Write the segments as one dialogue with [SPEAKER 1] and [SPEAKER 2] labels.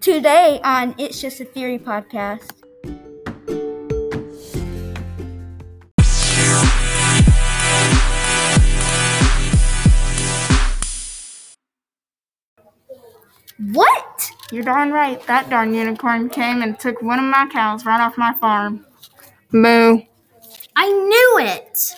[SPEAKER 1] today on It's Just a Theory podcast. What?
[SPEAKER 2] You're darn right. That darn unicorn came and took one of my cows right off my farm. Moo.
[SPEAKER 1] I knew it!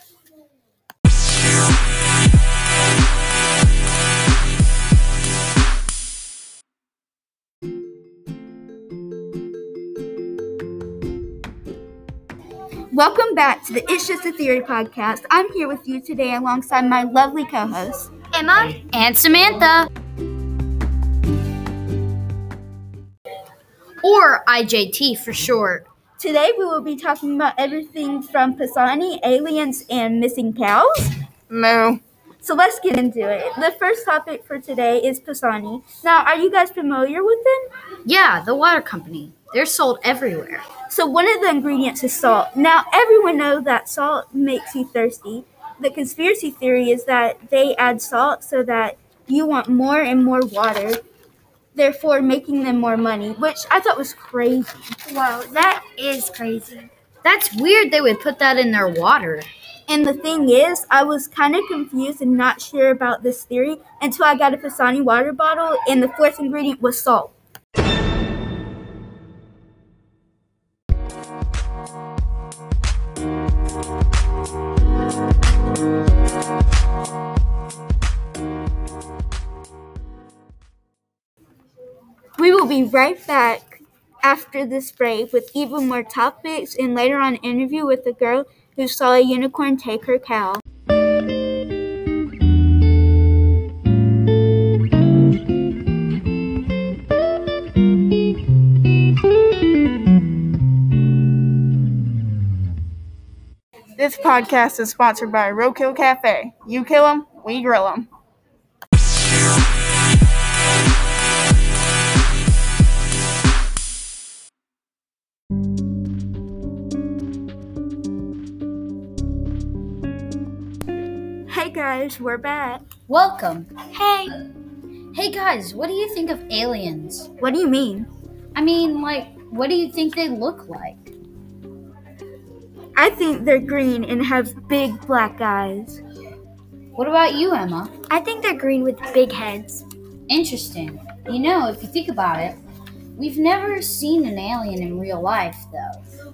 [SPEAKER 1] Welcome back to the It's Just a Theory podcast. I'm here with you today alongside my lovely co host.
[SPEAKER 3] Emma and Samantha. Or IJT for short.
[SPEAKER 1] Today we will be talking about everything from Pisani, aliens, and missing cows.
[SPEAKER 2] Moo.
[SPEAKER 1] So let's get into it. The first topic for today is Pisani. Now, are you guys familiar with them?
[SPEAKER 3] Yeah, the water company. They're sold everywhere.
[SPEAKER 1] So one of the ingredients is salt. Now, everyone knows that salt makes you thirsty. The conspiracy theory is that they add salt so that you want more and more water, therefore making them more money, which I thought was crazy.
[SPEAKER 4] Whoa, that is crazy.
[SPEAKER 3] That's weird they would put that in their water.
[SPEAKER 1] And the thing is, I was kind of confused and not sure about this theory until I got a Pisani water bottle, and the fourth ingredient was salt. We will be right back after this break with even more topics and later on interview with the girl who saw a unicorn take her cow.
[SPEAKER 2] This podcast is sponsored by Roadkill Cafe. You kill 'em, we grill 'em.
[SPEAKER 1] Hey guys, we're back.
[SPEAKER 3] Welcome.
[SPEAKER 4] Hey,
[SPEAKER 3] Hey guys, what do you think of aliens?
[SPEAKER 1] What do you mean?
[SPEAKER 3] I mean, like, what do you think they look like?
[SPEAKER 1] I think they're green and have big black eyes.
[SPEAKER 3] What about you, Emma?
[SPEAKER 4] I think they're green with big heads.
[SPEAKER 3] Interesting. You know, if you think about it, we've never seen an alien in real life, though.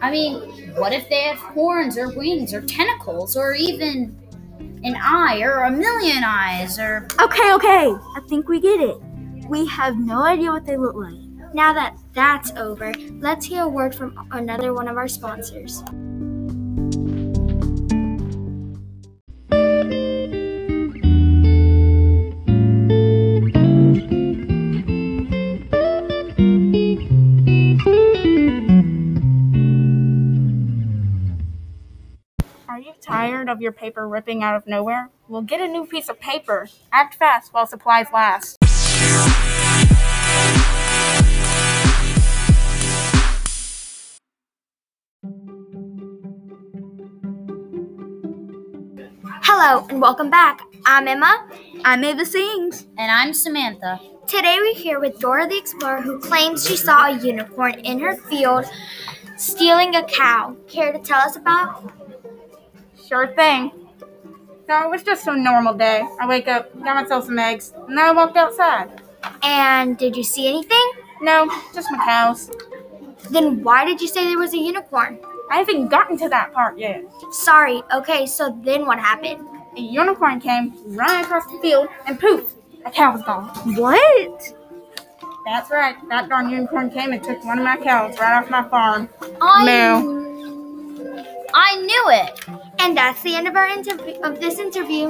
[SPEAKER 3] I mean, what if they have horns or wings or tentacles or even an eye or a million eyes or.
[SPEAKER 1] Okay, okay, I think we get it. We have no idea what they look like.
[SPEAKER 4] Now that that's over, let's hear a word from another one of our sponsors.
[SPEAKER 2] Are you tired of your paper ripping out of nowhere? Well, get a new piece of paper. Act fast while supplies last.
[SPEAKER 4] Hello, and welcome back. I'm Emma.
[SPEAKER 1] I'm Ava Sings.
[SPEAKER 3] And I'm Samantha.
[SPEAKER 4] Today we're here with Dora the Explorer, who claims she saw a unicorn in her field stealing a cow. Care to tell us about?
[SPEAKER 2] Sure thing. So it was just a normal day. I wake up, got myself some eggs, and then I walked outside.
[SPEAKER 4] And did you see anything?
[SPEAKER 2] No, just my cows.
[SPEAKER 4] Then why did you say there was a unicorn?
[SPEAKER 2] I haven't gotten to that part yet.
[SPEAKER 4] Sorry, okay, so then what happened?
[SPEAKER 2] A unicorn came running across the field, and poof, a cow was gone.
[SPEAKER 1] What?
[SPEAKER 2] That's right. That darn unicorn came and took one of my cows right off my farm.
[SPEAKER 3] I
[SPEAKER 2] Moo.
[SPEAKER 3] I knew it.
[SPEAKER 4] And that's the end of our interview of this interview.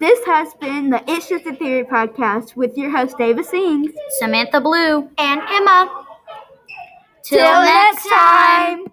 [SPEAKER 1] This has been the It's Just a Theory podcast with your host, Ava Sings.
[SPEAKER 3] Samantha Blue.
[SPEAKER 4] And Emma.
[SPEAKER 3] Till next time.